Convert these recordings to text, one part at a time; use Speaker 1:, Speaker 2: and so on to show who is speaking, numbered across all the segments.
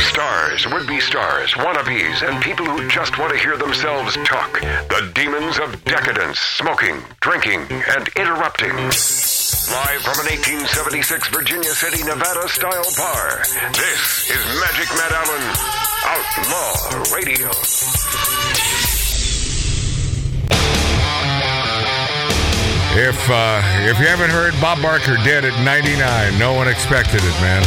Speaker 1: stars, would be stars, wannabes, and people who just want to hear themselves talk. The demons of decadence, smoking, drinking, and interrupting. Live from an 1876 Virginia City, Nevada style bar, this is Magic Matt Allen, Outlaw Radio.
Speaker 2: If uh, if you haven't heard, Bob Barker did at 99. No one expected it, man.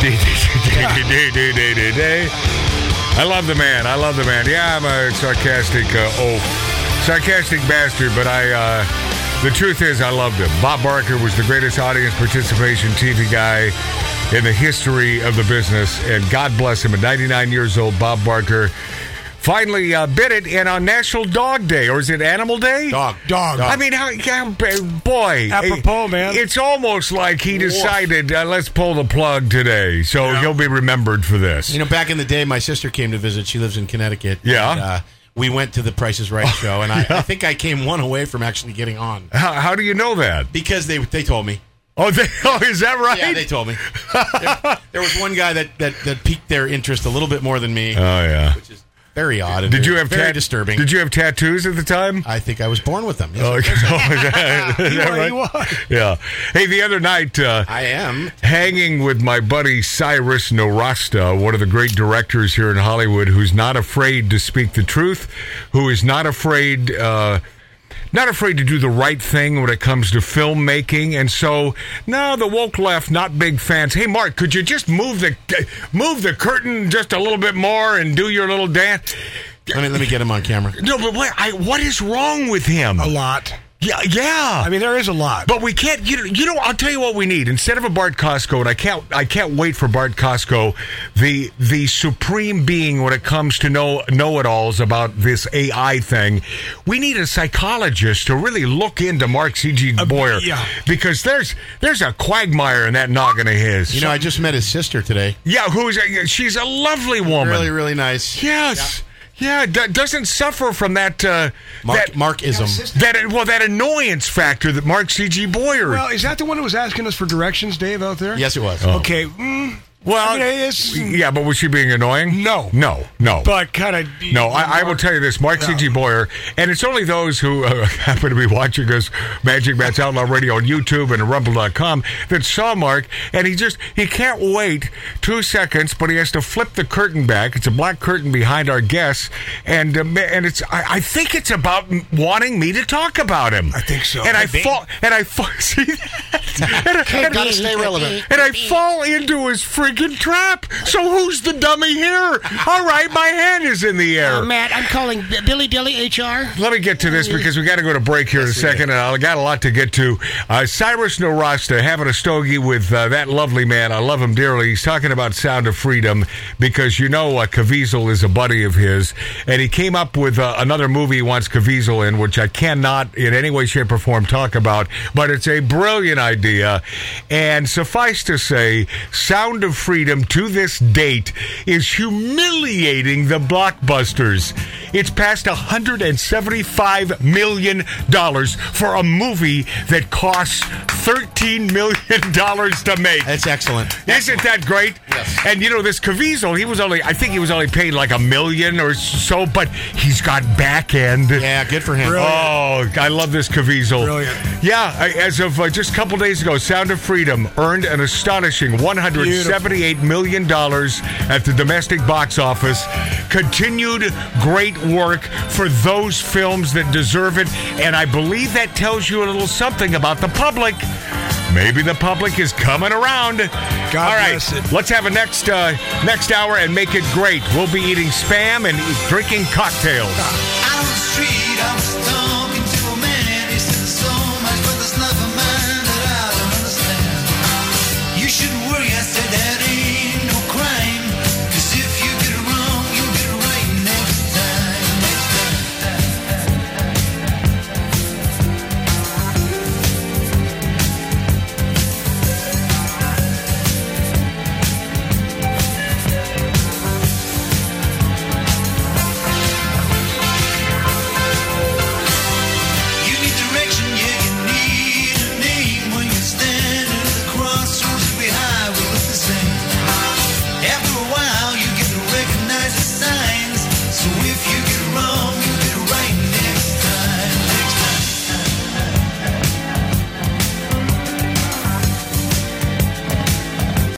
Speaker 2: I love the man. I love the man. Yeah, I'm a sarcastic, uh, oh, sarcastic bastard. But I, uh, the truth is, I loved him. Bob Barker was the greatest audience participation TV guy in the history of the business, and God bless him. At 99 years old, Bob Barker finally uh, bit it. And on National Dog Day, or is it Animal Day?
Speaker 3: Dog, dog.
Speaker 2: I mean, how, yeah, b- boy,
Speaker 3: Oh. Apropos,
Speaker 2: it-
Speaker 3: man.
Speaker 2: It's almost like he decided, uh, let's pull the plug today, so he'll be remembered for this.
Speaker 3: You know, back in the day, my sister came to visit. She lives in Connecticut.
Speaker 2: Yeah. Oh,
Speaker 3: And, uh, we went to the Price is Right show, and I, I think I came one away from actually getting on
Speaker 2: how, how do you know that?
Speaker 3: because they they told me.
Speaker 2: Oh, they, oh, is that right?
Speaker 3: Yeah, they told me. there, there was one guy that, that that piqued their interest a little bit more than me,
Speaker 2: oh, yeah.
Speaker 3: which is very odd. And
Speaker 2: Did
Speaker 3: very,
Speaker 2: you have
Speaker 3: very
Speaker 2: tat-
Speaker 3: disturbing?
Speaker 2: Did you have tattoos at the time?
Speaker 3: I think I was born with them. Yes,
Speaker 2: Oh,
Speaker 3: of course I-
Speaker 2: is that- is that right? Yeah. Hey, the other night, uh,
Speaker 3: I am.
Speaker 2: hanging with my buddy Cyrus Norasta, one of the great directors here in Hollywood, who's not afraid to speak the truth, who is not afraid. Uh, not afraid to do the right thing when it comes to filmmaking, and so no, the woke left not big fans. Hey, Mark, could you just move the move the curtain just a little bit more and do your little dance?
Speaker 3: Let me let me get him on camera.
Speaker 2: No, but what, I, what is wrong with him?
Speaker 4: A lot.
Speaker 2: Yeah, yeah.
Speaker 4: I mean, there is a lot.
Speaker 2: But we can't. You know, you know. I'll tell you what we need. Instead of a Bart Costco, and I can't. I can't wait for Bart Costco, the the supreme being when it comes to know know it alls about this AI thing. We need a psychologist to really look into Mark C. G.
Speaker 3: Uh,
Speaker 2: Boyer.
Speaker 4: yeah.
Speaker 2: Because there's there's a quagmire in that noggin of his.
Speaker 3: You know, I just met his sister today.
Speaker 2: yeah. Who's a, she's a lovely woman.
Speaker 3: Really, really nice.
Speaker 2: yes. Yeah. d- doesn't suffer from that. Uh,
Speaker 3: Mark
Speaker 2: that
Speaker 3: Markism.
Speaker 2: that uh, well that annoyance factor that Mark C. G. Boyer.
Speaker 4: Well, is that the one who was asking us for directions, Dave, out there?
Speaker 3: Yes, it was.
Speaker 2: Oh.
Speaker 4: Okay. Mm,
Speaker 2: Well,
Speaker 4: I mean, it's-
Speaker 2: yeah, but was she being annoying?
Speaker 4: No.
Speaker 2: no, no.
Speaker 4: but kind of.
Speaker 2: no, I, I will tell you this, Mark C. G. Boyer, and it's only those who uh, happen to be watching us, Magic Matt's Outlaw Radio on YouTube and Rumble.com, that saw Mark, and he just he can't wait two seconds, but he has to flip the curtain back. It's a black curtain behind our guests, and um, and it's I, I think it's about m- wanting me to talk about him. I
Speaker 4: think so.
Speaker 2: And I,
Speaker 4: I think-
Speaker 2: fall and I fall. See that? And I- and I-
Speaker 3: Gotta stay relevant.
Speaker 2: and I fall into his freaking trap. So who's the dummy here? All right, my hand is in the air.
Speaker 3: Oh,
Speaker 5: Uh, Matt, I'm calling B- Billy Dilly HR.
Speaker 2: Let me get to this because we got to go to break here in a second, and I got a lot to get to. Uh, Cyrus Norasta having a stogie with uh, that lovely man. I love him dearly. He's talking about Sound of Freedom because you know uh, Caviezel is a buddy of his, and he came up with uh, another movie he wants Caviezel in, which I cannot in any way, shape, or form talk about, but it's a brilliant idea. And suffice to say, Sound of Freedom to this date is humiliating the blockbusters. It's past $175 million for a movie that costs $13 million to make.
Speaker 3: That's excellent.
Speaker 2: Isn't that great?
Speaker 3: Yes.
Speaker 2: And you know this Caviezel, he was only I think he was only paid like a million or so, but he's got back end.
Speaker 3: Yeah, good for him.
Speaker 2: Oh, I love this Caviezel.
Speaker 4: Brilliant.
Speaker 2: Yeah, I- as of uh, just a couple days ago, Sound of Freedom earned an astonishing $178 million dollars at the domestic box office. Continued great work for those films that deserve it. And I believe that tells you a little something about the public. Maybe the public is coming around. All right,
Speaker 4: bless it.
Speaker 2: let's have a next uh, next hour and make it great. We'll be eating spam and eat, drinking cocktails.